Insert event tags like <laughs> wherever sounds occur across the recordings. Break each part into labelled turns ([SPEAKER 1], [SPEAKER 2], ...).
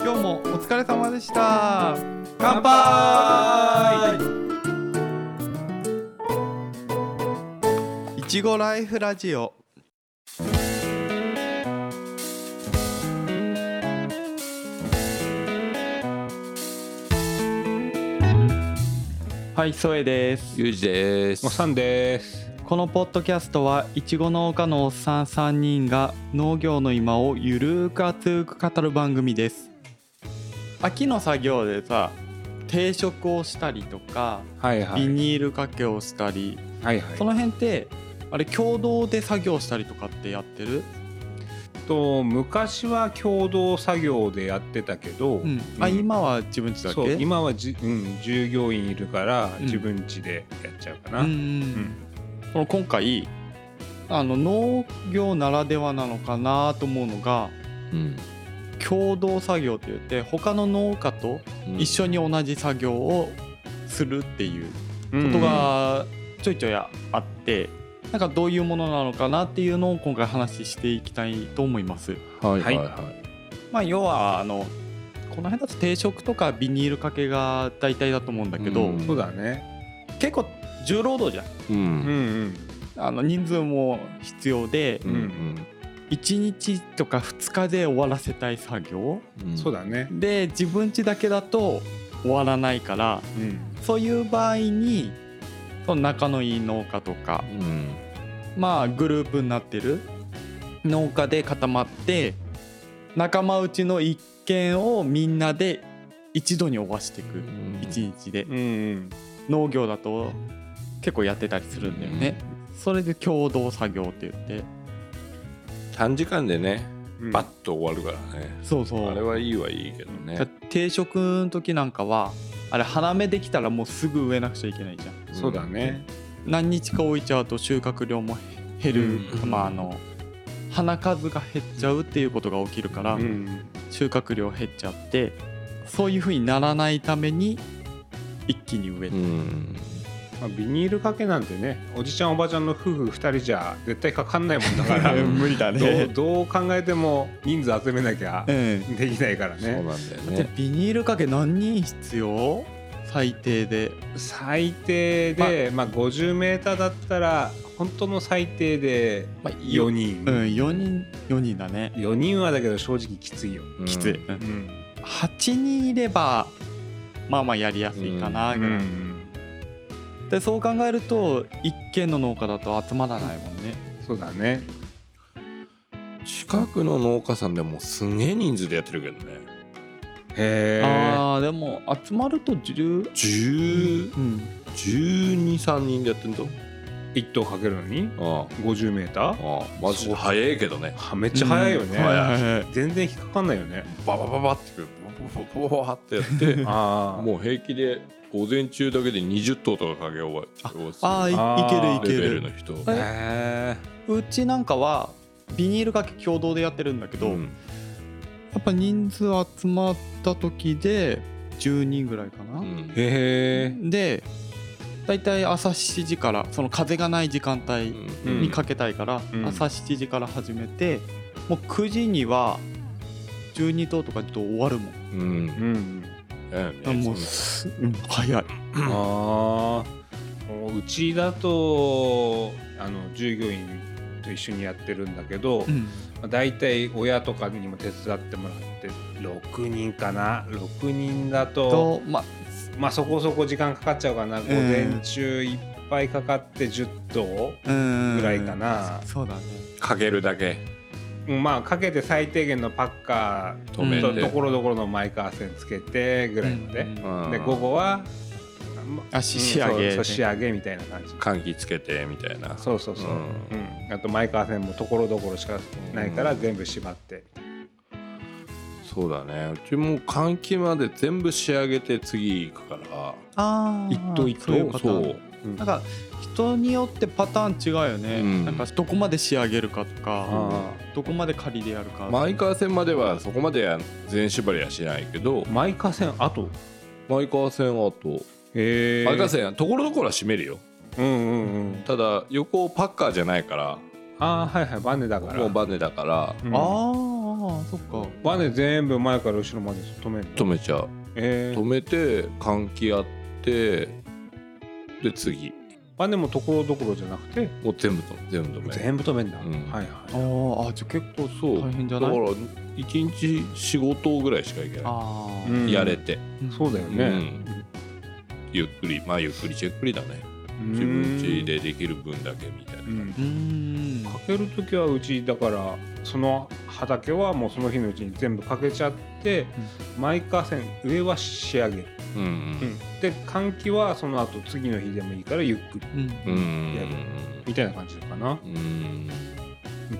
[SPEAKER 1] 今日もお疲れ様でした乾
[SPEAKER 2] 乾
[SPEAKER 1] 杯いちごライフラジオはい、ソエです
[SPEAKER 2] ゆうじです
[SPEAKER 3] おっさんです。
[SPEAKER 1] このポッドキャストはいちご農家のおっさん3人が農業の今をゆるーく熱く語る番組です秋の作業でさ定食をしたりとか、
[SPEAKER 3] はいは
[SPEAKER 1] ビ
[SPEAKER 3] い。
[SPEAKER 1] ニールかけをしたり、
[SPEAKER 3] はいはい。
[SPEAKER 1] その辺ってあれ共同で作業したりとかってやってる、
[SPEAKER 3] と昔は共同作業でやってたけど、
[SPEAKER 1] うんあ今は自分ちだけ
[SPEAKER 3] そう今はじ、うん、従業員いるから
[SPEAKER 1] ん
[SPEAKER 3] 自分家でやっちゃうかな。
[SPEAKER 1] うんうん
[SPEAKER 3] うん
[SPEAKER 1] この今回あの農業ならではなのかなと思うのが
[SPEAKER 2] うん
[SPEAKER 1] 共同作業って言って他の農家と
[SPEAKER 2] うん
[SPEAKER 1] 一緒に同じ作業をするっていう
[SPEAKER 3] うん
[SPEAKER 1] ことがちょいちょいあって、なんかどういうものなのかなっていうのを今回話していきたいと思います。
[SPEAKER 2] はいは
[SPEAKER 3] はいい
[SPEAKER 2] はい
[SPEAKER 1] まあ、要はあのこの辺だと定食とかビニールかけが大体だと思うんだけど、
[SPEAKER 2] うん
[SPEAKER 3] そうだね。
[SPEAKER 1] 結構重労働じゃ
[SPEAKER 2] う
[SPEAKER 3] うん
[SPEAKER 2] ん
[SPEAKER 3] うん。
[SPEAKER 1] んあの人数も必要で
[SPEAKER 2] うんうん
[SPEAKER 1] 1日とか2日で終わらせたい作業
[SPEAKER 2] うん
[SPEAKER 3] そうだね。
[SPEAKER 1] で自分家だけだと終わらないから
[SPEAKER 3] うん。
[SPEAKER 1] そういう場合にその仲のいい農家とか
[SPEAKER 2] うん
[SPEAKER 1] まあグループになってる農家で固まって仲間内の一軒をみんなで一度に終わしていく
[SPEAKER 2] ん
[SPEAKER 1] 一日で
[SPEAKER 3] うんうん。
[SPEAKER 1] 農業だと結構やってたりするんだよねそれで共同作業って言って
[SPEAKER 2] 短時間でね
[SPEAKER 3] うん
[SPEAKER 2] バッと終わるからね
[SPEAKER 1] そうそ
[SPEAKER 2] あれ
[SPEAKER 1] う
[SPEAKER 2] はいいはいいけどね
[SPEAKER 1] だ定食の時なんかはあれ花芽できたらもうすぐ植えなくちゃいけないじゃん
[SPEAKER 3] そうだね。
[SPEAKER 1] 何日か置いちゃうと収穫量も減る、
[SPEAKER 2] うん
[SPEAKER 1] まああの花数が減っちゃうっていうことが起きるから、
[SPEAKER 3] うん。
[SPEAKER 1] 収穫量減っちゃってそういうふうにならないために一気に植え
[SPEAKER 2] う
[SPEAKER 1] る、
[SPEAKER 2] ん
[SPEAKER 3] まあビニールかけなんてね、おじちゃんおばちゃんの夫婦二人じゃ絶対かかんないもんだから。
[SPEAKER 1] 無理だ
[SPEAKER 3] <laughs> どうどう考えても人数集めなきゃ
[SPEAKER 1] うん、だ
[SPEAKER 3] できないから
[SPEAKER 2] そうなん
[SPEAKER 3] ね。
[SPEAKER 2] だよ
[SPEAKER 1] って
[SPEAKER 2] ね
[SPEAKER 1] ビニールかけ何人必要最低で
[SPEAKER 3] 最低で、まあ、50メーターだったら本当の最低で
[SPEAKER 1] まあ
[SPEAKER 3] 4人、
[SPEAKER 1] うん4人4人だね
[SPEAKER 3] 4人はだけど正直きついよ、
[SPEAKER 2] うん
[SPEAKER 1] きつい、
[SPEAKER 3] うん
[SPEAKER 1] 8人いればまあまあやりやすいかな
[SPEAKER 3] う
[SPEAKER 1] ぐらい、
[SPEAKER 3] ん、
[SPEAKER 1] でそう考えると一軒の農家だと集まらないもんね
[SPEAKER 3] そうだね
[SPEAKER 2] 近くの農家さんでもすげえ人数でやってるけどね
[SPEAKER 3] へえ
[SPEAKER 1] あーでも集まると10、
[SPEAKER 2] 1
[SPEAKER 1] うん、
[SPEAKER 2] 1 2 3人でやってんぞ
[SPEAKER 3] 1頭かけるのに
[SPEAKER 2] あ
[SPEAKER 3] 50メータ
[SPEAKER 2] あ
[SPEAKER 3] ー
[SPEAKER 2] ああマジで早いけどね
[SPEAKER 3] はめっちゃ速いよね、
[SPEAKER 2] うん早い
[SPEAKER 3] 全然引っかかんないよね
[SPEAKER 2] ババババってボボボボボボってやって
[SPEAKER 3] ああ
[SPEAKER 2] もう平気で午前中だけで20頭とかかけ終わる
[SPEAKER 1] ああい
[SPEAKER 3] あー
[SPEAKER 1] いけるいけ
[SPEAKER 2] レ
[SPEAKER 1] る
[SPEAKER 2] ベルの人
[SPEAKER 1] え
[SPEAKER 3] へえ
[SPEAKER 1] うちなんかはビニールかけ共同でやってるんだけど、
[SPEAKER 2] う
[SPEAKER 1] や
[SPEAKER 2] ん
[SPEAKER 1] っぱ人数集まった時で10人ぐらいかな、
[SPEAKER 2] うん
[SPEAKER 3] へえ
[SPEAKER 1] でだいたい朝7時からその風がない時間帯
[SPEAKER 2] うん
[SPEAKER 1] にかけたいから、
[SPEAKER 3] うん
[SPEAKER 1] 朝7時から始めてもう9時には12頭とかと終わるもん、
[SPEAKER 2] うん
[SPEAKER 3] うんうん
[SPEAKER 2] だよ
[SPEAKER 1] あ
[SPEAKER 2] ね
[SPEAKER 1] もうす、うん、早い
[SPEAKER 3] ああもううちだとあの従業員と一緒にやってるんだけど、
[SPEAKER 1] うん
[SPEAKER 3] まあ、大体親とかにも手伝ってもらって6人かな6人だと
[SPEAKER 1] とまあ
[SPEAKER 3] まあそこそこ時間かかっちゃうかな午
[SPEAKER 1] ええ
[SPEAKER 3] 前中いっぱいかかって10頭
[SPEAKER 1] うん
[SPEAKER 3] ぐらいかな、
[SPEAKER 1] そうだね
[SPEAKER 2] かけるだけ
[SPEAKER 3] まあかけて最低限のパッカー
[SPEAKER 2] 止め
[SPEAKER 3] と
[SPEAKER 2] て
[SPEAKER 3] ところどころのマイカー線つけてぐらいまで、
[SPEAKER 1] うん
[SPEAKER 3] で午後は、ま
[SPEAKER 1] あし仕上げ
[SPEAKER 3] うんそうそう仕
[SPEAKER 1] ね
[SPEAKER 3] 上げみたいな感じ
[SPEAKER 2] 換気つけてみたいな
[SPEAKER 3] そうそうそう、
[SPEAKER 2] う
[SPEAKER 3] うんんあとマイカー線もところどころしかないから全部縛って、
[SPEAKER 2] そうだねうちも換気まで全部仕上げて次行くから
[SPEAKER 1] あー
[SPEAKER 2] 一頭一
[SPEAKER 1] そういう
[SPEAKER 2] 頭
[SPEAKER 1] パターン
[SPEAKER 2] そう
[SPEAKER 3] うん
[SPEAKER 1] なんか人によってパターン違うよね、
[SPEAKER 2] うん
[SPEAKER 1] なんかどこまで仕上げるかとか
[SPEAKER 3] あ
[SPEAKER 1] どこまで仮でやるか、
[SPEAKER 2] マイカー線まではそこまでは全縛りはしないけど
[SPEAKER 3] ーマイカー線あと
[SPEAKER 2] マイカー線はあと
[SPEAKER 3] へえ
[SPEAKER 2] マイカー線はところどころは閉めるよ
[SPEAKER 3] うんうんうん
[SPEAKER 2] ただ横パッカーじゃないから
[SPEAKER 3] ああはいはいバネだから
[SPEAKER 2] もうバネだから
[SPEAKER 3] うん
[SPEAKER 1] ああああそっか
[SPEAKER 3] バネ全部前から後ろまで止めるの
[SPEAKER 2] 止めちゃう
[SPEAKER 3] えー
[SPEAKER 2] 止めて換気やってで次
[SPEAKER 3] バネもところどころじゃなくて
[SPEAKER 2] もう全部と全部止める
[SPEAKER 3] 全部止めんだ、
[SPEAKER 2] うん
[SPEAKER 3] はい
[SPEAKER 1] あ
[SPEAKER 3] は
[SPEAKER 1] ーあじゃあ結構
[SPEAKER 2] そう
[SPEAKER 1] 大変じゃ
[SPEAKER 2] だ
[SPEAKER 1] な
[SPEAKER 2] か
[SPEAKER 1] い
[SPEAKER 2] ら一日仕事ぐらいしかいけな
[SPEAKER 1] あ
[SPEAKER 3] い、
[SPEAKER 1] あ
[SPEAKER 2] いやれて、
[SPEAKER 3] うんそうだよね、
[SPEAKER 2] ゆっくりまあゆっくりじっくりだね
[SPEAKER 3] うん
[SPEAKER 2] 自分家でできる分だけみたいな、
[SPEAKER 3] うん
[SPEAKER 1] うーん
[SPEAKER 3] かける時はうちだからその畑はもうその日のうちに全部かけちゃって、毎河川上は仕上げる、
[SPEAKER 2] うん
[SPEAKER 3] で換気はその後次の日でもいいからゆっくり
[SPEAKER 1] うん
[SPEAKER 2] うんうん
[SPEAKER 3] やるみたいな感じかな
[SPEAKER 2] うん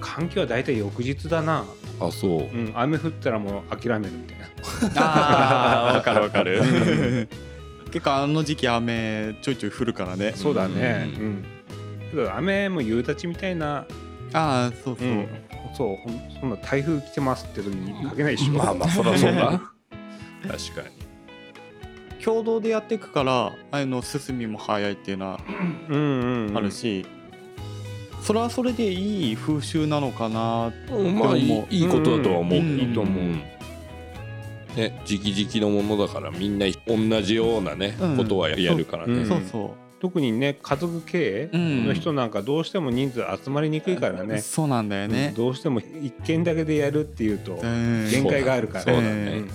[SPEAKER 3] 換気は大体翌日だな、
[SPEAKER 2] あそう
[SPEAKER 3] うん、雨降ったらもう諦めるみたいな
[SPEAKER 1] ああわかるわかる <laughs> 結構あの時期雨ちょいちょい降るからね
[SPEAKER 3] そうだね
[SPEAKER 2] う
[SPEAKER 3] うん、けど雨も夕立みたいな、
[SPEAKER 1] ああそうそう、
[SPEAKER 3] そうほんそんな台風来てますって時にかけないでしょ
[SPEAKER 2] まあまあそりゃそうだ確かに
[SPEAKER 1] 共同でやっていくからあの進みも早いっていうのは
[SPEAKER 3] <laughs> うんうんうん
[SPEAKER 1] あるし、それはそれでいい風習なのかな
[SPEAKER 2] うんまあい
[SPEAKER 1] で
[SPEAKER 2] い
[SPEAKER 1] も
[SPEAKER 2] いいことだとは思う、
[SPEAKER 1] うん
[SPEAKER 2] いいと思う、ねじきじきのものだからみんな同じようなね、
[SPEAKER 1] うん
[SPEAKER 2] ことはやるからね、
[SPEAKER 3] うん
[SPEAKER 1] そうそ
[SPEAKER 3] 特にね家族経
[SPEAKER 1] う、う
[SPEAKER 3] 営
[SPEAKER 1] ん、
[SPEAKER 3] の人なんかどうしても人数集まりにくいからね、
[SPEAKER 1] そうなんだよね、
[SPEAKER 3] どうしても一軒だけでやるっていうと
[SPEAKER 1] うん
[SPEAKER 3] 限界があるから
[SPEAKER 2] そうだ
[SPEAKER 1] う
[SPEAKER 2] ね
[SPEAKER 1] ん、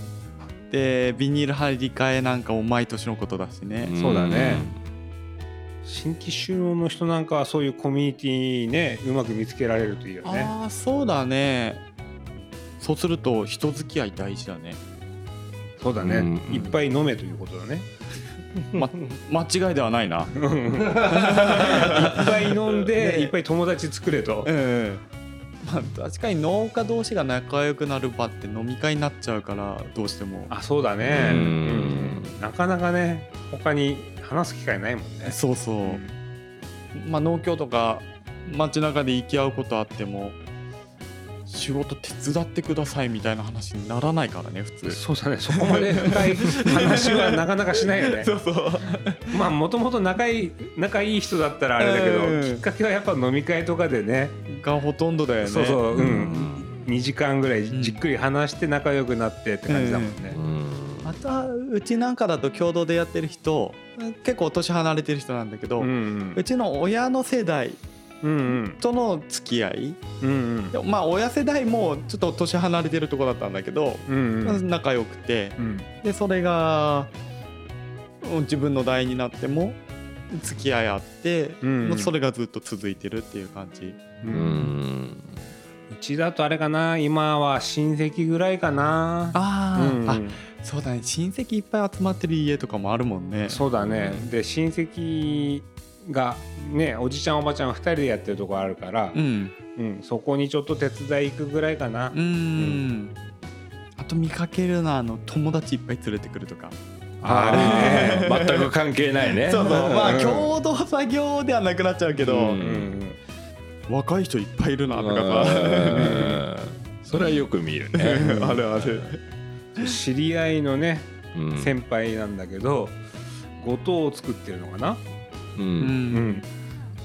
[SPEAKER 1] でビニール張り替えなんかも毎年のことだしね、
[SPEAKER 2] ん
[SPEAKER 3] そうだね新規就農の人なんかはそういうコミュニティねうまく見つけられるといいよね
[SPEAKER 1] ああそうだねそうすると人付き合い大事だね
[SPEAKER 3] そうだね、
[SPEAKER 2] うんうん
[SPEAKER 3] いっぱい飲めということだね
[SPEAKER 1] 間違いではないな
[SPEAKER 3] いっぱい飲んでいっぱい友達作れと <laughs>
[SPEAKER 1] う、んまあ確かに農家同士が仲良くなる場って飲み会になっちゃうからどうしても
[SPEAKER 3] あそうだね、
[SPEAKER 2] うん
[SPEAKER 3] うんなかなかね他に話す機会ないもんね
[SPEAKER 1] そうそう、まあ、農協とか街中で行き合うことあっても仕事手伝ってくださいみたいな話にならないからね普通
[SPEAKER 3] そうだねそこまで深い話はなかなかしないよね
[SPEAKER 1] う <laughs> そう
[SPEAKER 3] まあもともと仲いい仲いい人だったらあれだけど、
[SPEAKER 1] うん
[SPEAKER 3] きっかけはやっぱ飲み会とかでね
[SPEAKER 1] がほとんどだよね
[SPEAKER 3] そう
[SPEAKER 1] う
[SPEAKER 3] そう、
[SPEAKER 2] う
[SPEAKER 3] うん
[SPEAKER 2] ん
[SPEAKER 3] 2時間ぐらい
[SPEAKER 1] うん
[SPEAKER 3] じっくり話して仲良くなってって感じだもんね、
[SPEAKER 1] またうちなんかだと共同でやってる人結構年離れてる人なんだけど、
[SPEAKER 3] う
[SPEAKER 1] うんちの親の世代
[SPEAKER 3] うんうん
[SPEAKER 1] との付き合い
[SPEAKER 3] うんうん
[SPEAKER 1] でもまあ親世代もちょっと年離れてるとこだったんだけど、
[SPEAKER 3] うんうん
[SPEAKER 1] 仲良くて
[SPEAKER 3] うん
[SPEAKER 1] でそれがうん自分の代になっても付き合いあって、
[SPEAKER 3] うん
[SPEAKER 1] もうそれがずっと続いてるっていう感じ
[SPEAKER 3] う
[SPEAKER 2] うんん
[SPEAKER 3] うちだとあれかな今は親戚ぐらいかな
[SPEAKER 1] あ
[SPEAKER 3] う
[SPEAKER 1] ー、
[SPEAKER 3] んうん
[SPEAKER 1] あそうだね親戚いっぱい集まってる家とかもあるもんね
[SPEAKER 3] そうだねで親戚がねおじちゃんおばちゃん2人でやってるとこあるから
[SPEAKER 1] う、ん
[SPEAKER 3] うんそこにちょっと手伝い行くぐらいかな、
[SPEAKER 1] うん、あと見かけるなあの友達いっぱい連れてくるとか、
[SPEAKER 2] あ
[SPEAKER 3] あ
[SPEAKER 2] れ <laughs> ね全く関係ないね
[SPEAKER 1] <laughs> そうそうまあ
[SPEAKER 3] うん
[SPEAKER 1] 共同作業ではなくなっちゃうけど、
[SPEAKER 2] う
[SPEAKER 3] うんん
[SPEAKER 1] 若い人いっぱいいるなとか
[SPEAKER 2] うん <laughs> それはよく見るね、
[SPEAKER 1] さ <laughs> あるある
[SPEAKER 3] うん知り合いのね
[SPEAKER 2] うん
[SPEAKER 3] 先輩なんだけど五島を作ってるのかな、
[SPEAKER 2] う
[SPEAKER 1] うん
[SPEAKER 3] うんん、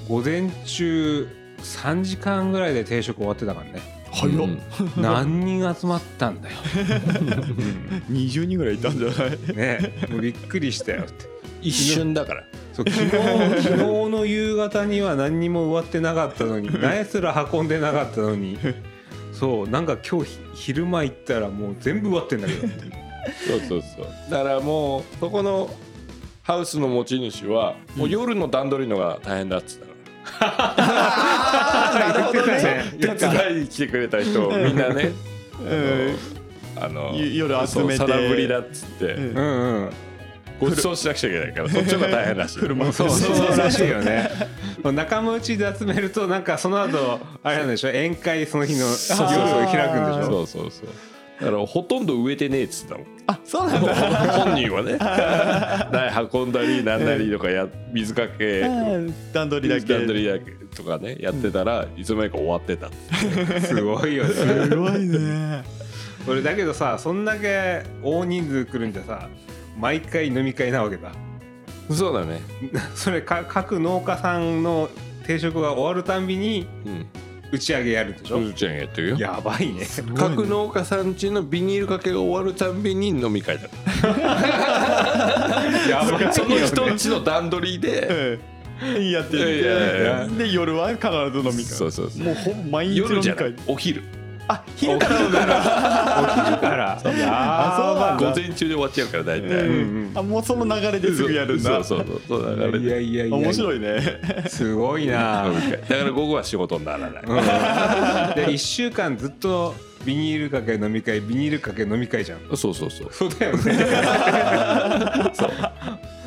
[SPEAKER 3] 午前中3時間ぐらいで定食終わってたから
[SPEAKER 2] <laughs>
[SPEAKER 3] ね
[SPEAKER 1] 早っ、
[SPEAKER 2] うん
[SPEAKER 3] 何人集まったんだ
[SPEAKER 2] <laughs>
[SPEAKER 3] よ、
[SPEAKER 1] 20人ぐらいいたんじゃない
[SPEAKER 3] うんねもうびっくりしたよって
[SPEAKER 2] 一瞬だから
[SPEAKER 3] そう昨日昨日の夕方には何にも終わってなかったのに何すら運んでなかったのにそうなんか今日ひ昼間行ったらもう全部終わってんだけどって
[SPEAKER 2] そうそうそうだからもうそこのハウスの持ち主はもう夜の段取りのが大変だっつったか
[SPEAKER 1] なるほどね。
[SPEAKER 2] ら、手伝いに来てくれた人みんなねあの
[SPEAKER 1] ゆ夜集めて
[SPEAKER 2] そう空振りだっつって、
[SPEAKER 1] うん
[SPEAKER 3] <laughs> うんうん
[SPEAKER 2] ごちそうしなくちゃいけないからそっちの方が大変だし車
[SPEAKER 3] そうそうらしいよね仲間内で集めるとなんかその後あれなんでしょ宴会その日の夜
[SPEAKER 1] うそう
[SPEAKER 3] を開くんでしょ
[SPEAKER 2] そうそうそうだからほとんど植えてねえっつったもん
[SPEAKER 1] あ、そうなんだ。
[SPEAKER 2] 本人はね苗運んだりなんなりとかや水かけ
[SPEAKER 1] 段取りだ
[SPEAKER 2] 段
[SPEAKER 1] け。
[SPEAKER 2] 取りだけとかねやってたらいつの間にか終わってたっつって
[SPEAKER 3] すごいよね
[SPEAKER 1] すごい
[SPEAKER 2] <laughs>
[SPEAKER 1] ね。
[SPEAKER 3] 俺だけどさそんだけ大人数来るんじゃさ毎回飲み会なわけだ
[SPEAKER 2] そうだね
[SPEAKER 3] それか各農家さんの定食が終わるたんびに
[SPEAKER 2] うん
[SPEAKER 3] 打打ち上げやるでしょ、
[SPEAKER 2] うちゃんやってるよ
[SPEAKER 3] やばい
[SPEAKER 2] <laughs>
[SPEAKER 3] ね
[SPEAKER 1] ごいね
[SPEAKER 2] 各農家さんちのビニールかけが終わるたんびに飲み会だ
[SPEAKER 3] やばいよ、
[SPEAKER 2] <laughs>
[SPEAKER 3] ね、
[SPEAKER 2] その人んちの段取りで
[SPEAKER 1] うんやって
[SPEAKER 2] いやいやいや
[SPEAKER 1] るで夜は必ず飲み会
[SPEAKER 2] そうそうそう
[SPEAKER 1] もうほん毎日飲
[SPEAKER 2] 夜
[SPEAKER 1] み
[SPEAKER 2] じゃな
[SPEAKER 1] 会
[SPEAKER 2] いお昼
[SPEAKER 1] あ昼から飲む
[SPEAKER 3] だから
[SPEAKER 1] あ
[SPEAKER 3] あ
[SPEAKER 1] そ
[SPEAKER 2] 午
[SPEAKER 1] うなんだ
[SPEAKER 2] 前中で終わっちゃうから大体、
[SPEAKER 1] うん
[SPEAKER 3] うん
[SPEAKER 1] あもうその流れですぐやるんだ
[SPEAKER 2] そうそうそうそうだから
[SPEAKER 3] いやいやいや
[SPEAKER 1] 面白いね
[SPEAKER 3] すごいな
[SPEAKER 2] 飲み会だから午後は仕事にならな
[SPEAKER 3] う
[SPEAKER 2] い、
[SPEAKER 3] ん、で1週
[SPEAKER 2] <laughs>
[SPEAKER 3] 間ずっとビニールかけ飲み会ビニールかけ飲み会じゃん
[SPEAKER 2] そうそうそう
[SPEAKER 3] そうだよね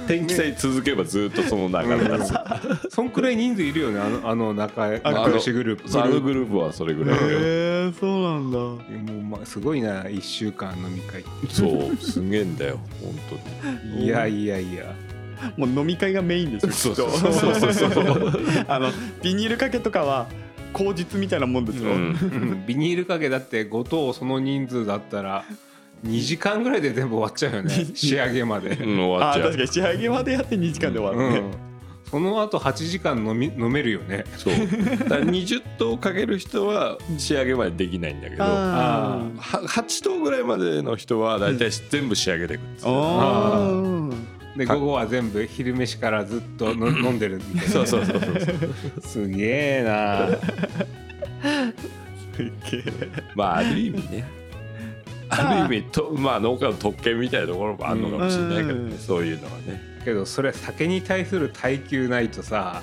[SPEAKER 2] 天気さえ続けばずっとその流れだあ
[SPEAKER 3] そんくらい人数いるよねあのあの仲良
[SPEAKER 2] の
[SPEAKER 3] 仲良しグループ
[SPEAKER 2] そうあのグループはそれぐ
[SPEAKER 1] へ
[SPEAKER 2] らいだよ
[SPEAKER 1] えそうなんだ
[SPEAKER 3] もう、ま、すごいな1週間飲み会
[SPEAKER 2] そうすげえんだよ本当に
[SPEAKER 3] いやいやいや
[SPEAKER 1] もう飲み会がメインです
[SPEAKER 2] そ
[SPEAKER 1] よ
[SPEAKER 2] う
[SPEAKER 1] きっ
[SPEAKER 2] そ
[SPEAKER 1] と
[SPEAKER 2] うそうそうそうそう、
[SPEAKER 1] <laughs> あのビニールかけとかは口実みたいなもんですよ、
[SPEAKER 2] う
[SPEAKER 3] う
[SPEAKER 2] ん
[SPEAKER 3] んビニールかけだって5等その人数だったら2時間ぐらいで全部終わっちゃうよね仕上げまで、
[SPEAKER 2] うん終わ
[SPEAKER 1] あ
[SPEAKER 2] っ
[SPEAKER 1] あ
[SPEAKER 2] ちゃ
[SPEAKER 1] 確
[SPEAKER 2] う
[SPEAKER 1] かに仕上げまでやって2時間で終
[SPEAKER 3] う
[SPEAKER 1] わるね、
[SPEAKER 3] ん、その後8時間飲み飲めるよね
[SPEAKER 2] そうだから20頭かける人は仕上げまでできないんだけどは
[SPEAKER 1] あー
[SPEAKER 2] 8頭ぐらいまでの人は大体全部仕上げていくんですよ
[SPEAKER 1] あー
[SPEAKER 3] で
[SPEAKER 2] か
[SPEAKER 3] 午後は全部昼飯からずっと
[SPEAKER 2] <laughs>
[SPEAKER 3] の飲んでるみたいな
[SPEAKER 2] そうそうそうそう
[SPEAKER 3] すげえな
[SPEAKER 1] すっげえ
[SPEAKER 2] まあある意味ねある意味とまあ農家の特権みたいなところもあるのかもしれないけど、
[SPEAKER 1] うん
[SPEAKER 2] ね、そういうのはね
[SPEAKER 3] けどそれ酒に対する耐久ないとさ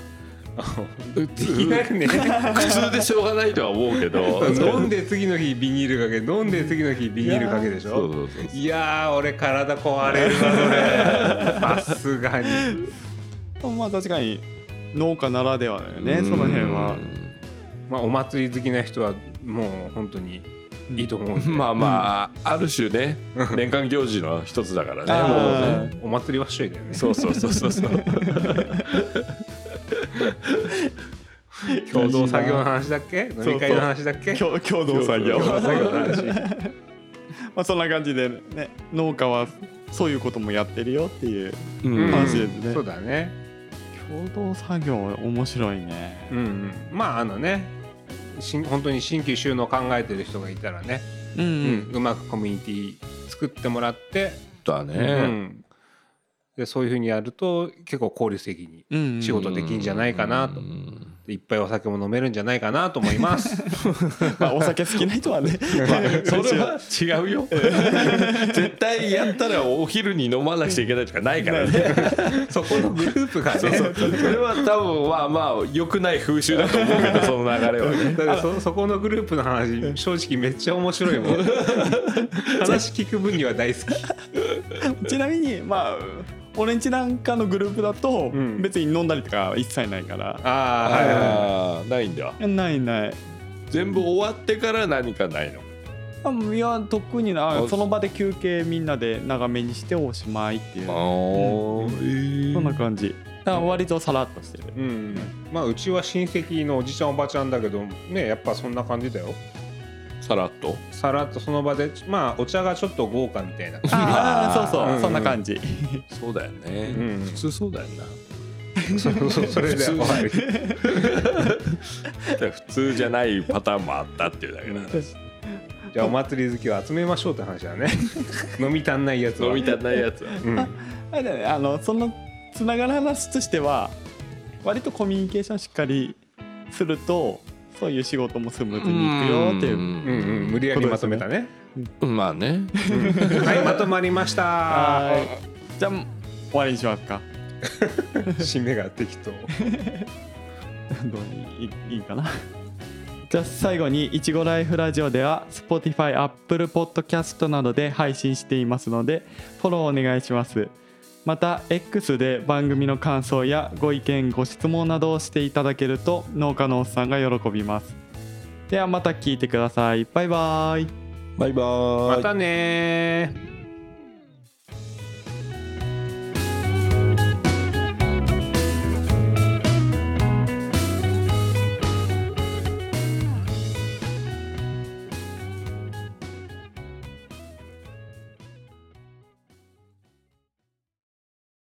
[SPEAKER 3] できないね
[SPEAKER 2] <laughs> 苦痛でしょうがないとは思うけど
[SPEAKER 3] 飲んで次の日ビニールかけ飲んで次の日ビニールかけでし
[SPEAKER 2] そう
[SPEAKER 3] ょ
[SPEAKER 2] そうそう
[SPEAKER 3] いやー俺体壊れるわそれさすがに
[SPEAKER 1] まあ確かに農家ならではだよねその辺は
[SPEAKER 3] まあお祭り好きな人はもう本当にいいと思うんで、
[SPEAKER 2] まあまあ、ある種ね年間行事の一つだから
[SPEAKER 1] あ
[SPEAKER 2] ねもうね
[SPEAKER 1] ー
[SPEAKER 3] お祭りはしょいだよね
[SPEAKER 2] そうそうそうそうそう
[SPEAKER 3] 共同作業の話だっけ飲み会の話だっけ
[SPEAKER 1] 共共同作業
[SPEAKER 3] 共同作業の話
[SPEAKER 1] まあそんな感じでね農家はそういうこともやってるよっていう
[SPEAKER 2] うん
[SPEAKER 1] マジでね
[SPEAKER 3] そうだね
[SPEAKER 1] 共同作業面白いね
[SPEAKER 3] うんうんまああのねしん本当に新規収納考えてる人がいたらね、
[SPEAKER 1] うん
[SPEAKER 3] ううまくコミュニティ作ってもらって、
[SPEAKER 2] だ
[SPEAKER 3] う
[SPEAKER 2] ね、
[SPEAKER 3] んでそういうふうにやると結構効率的に
[SPEAKER 1] うんうん
[SPEAKER 3] 仕事できんじゃないかなと、
[SPEAKER 2] うん
[SPEAKER 3] でいっぱいお酒も飲めるんじゃないかなと思います
[SPEAKER 1] まあお酒好きな人はね
[SPEAKER 2] それは違う
[SPEAKER 3] <laughs>
[SPEAKER 2] よ絶対やったらお昼に飲まなくちゃいけないとかないからね
[SPEAKER 3] そこのグループがね
[SPEAKER 2] そうそうそれは多分まあまあ良くない風習だと思うけどその流れ
[SPEAKER 3] <laughs>
[SPEAKER 2] はね
[SPEAKER 3] だからそそこのグループの話正直めっちゃ面白いもん話聞く分には大好き
[SPEAKER 1] <laughs> ちなみにまあ俺んちなんかのグループだと
[SPEAKER 3] うん
[SPEAKER 1] 別に飲んだりとか一切ないから、
[SPEAKER 3] あーはいはいはい
[SPEAKER 2] あーないんだ
[SPEAKER 1] ないない
[SPEAKER 2] 全部終わってから何かないの
[SPEAKER 1] あいや特にな
[SPEAKER 2] あ
[SPEAKER 1] その場で休憩みんなで長めにしておしまいっていう
[SPEAKER 2] あー
[SPEAKER 1] そんな感じだから割とさらっとしてる
[SPEAKER 3] うん、まあうちは親戚のおじちゃんおばちゃんだけどねやっぱそんな感じだよ
[SPEAKER 2] さらっと
[SPEAKER 3] さらっとその場でまあお茶がちょっと豪華みたいな
[SPEAKER 1] ああ
[SPEAKER 2] あー
[SPEAKER 1] そうそう、
[SPEAKER 3] うん
[SPEAKER 1] そんな感じ
[SPEAKER 2] そうだよね、
[SPEAKER 3] うん
[SPEAKER 2] 普通そうだよな
[SPEAKER 3] そそそれで終わり
[SPEAKER 2] だから普通じゃないパターンもあったっていうだけなんです
[SPEAKER 3] じゃあお祭り好きを集めましょうって話だね飲み足んないやつは
[SPEAKER 2] 飲みたないやつは
[SPEAKER 3] うん、
[SPEAKER 1] あれだよねあのそのつながる話としては割とコミュニケーションしっかりするとそういう仕事もスムーズにいくよっていう
[SPEAKER 3] うんうん無理やりまとめたね
[SPEAKER 2] うんまあね
[SPEAKER 3] はいまとまりました
[SPEAKER 1] はじゃあ終わりにしますか
[SPEAKER 3] <laughs> 締めが適
[SPEAKER 1] <laughs>
[SPEAKER 3] 当
[SPEAKER 1] どういいいいかなじゃあ最後にいちごライフラジオでは Spotify、Apple Podcast などで配信していますのでフォローお願いしますまた X で番組の感想やご意見ご質問などをしていただけると農家のおっさんが喜びますではまた聞いてくださいバイバイ
[SPEAKER 2] バイバーイ
[SPEAKER 3] またねー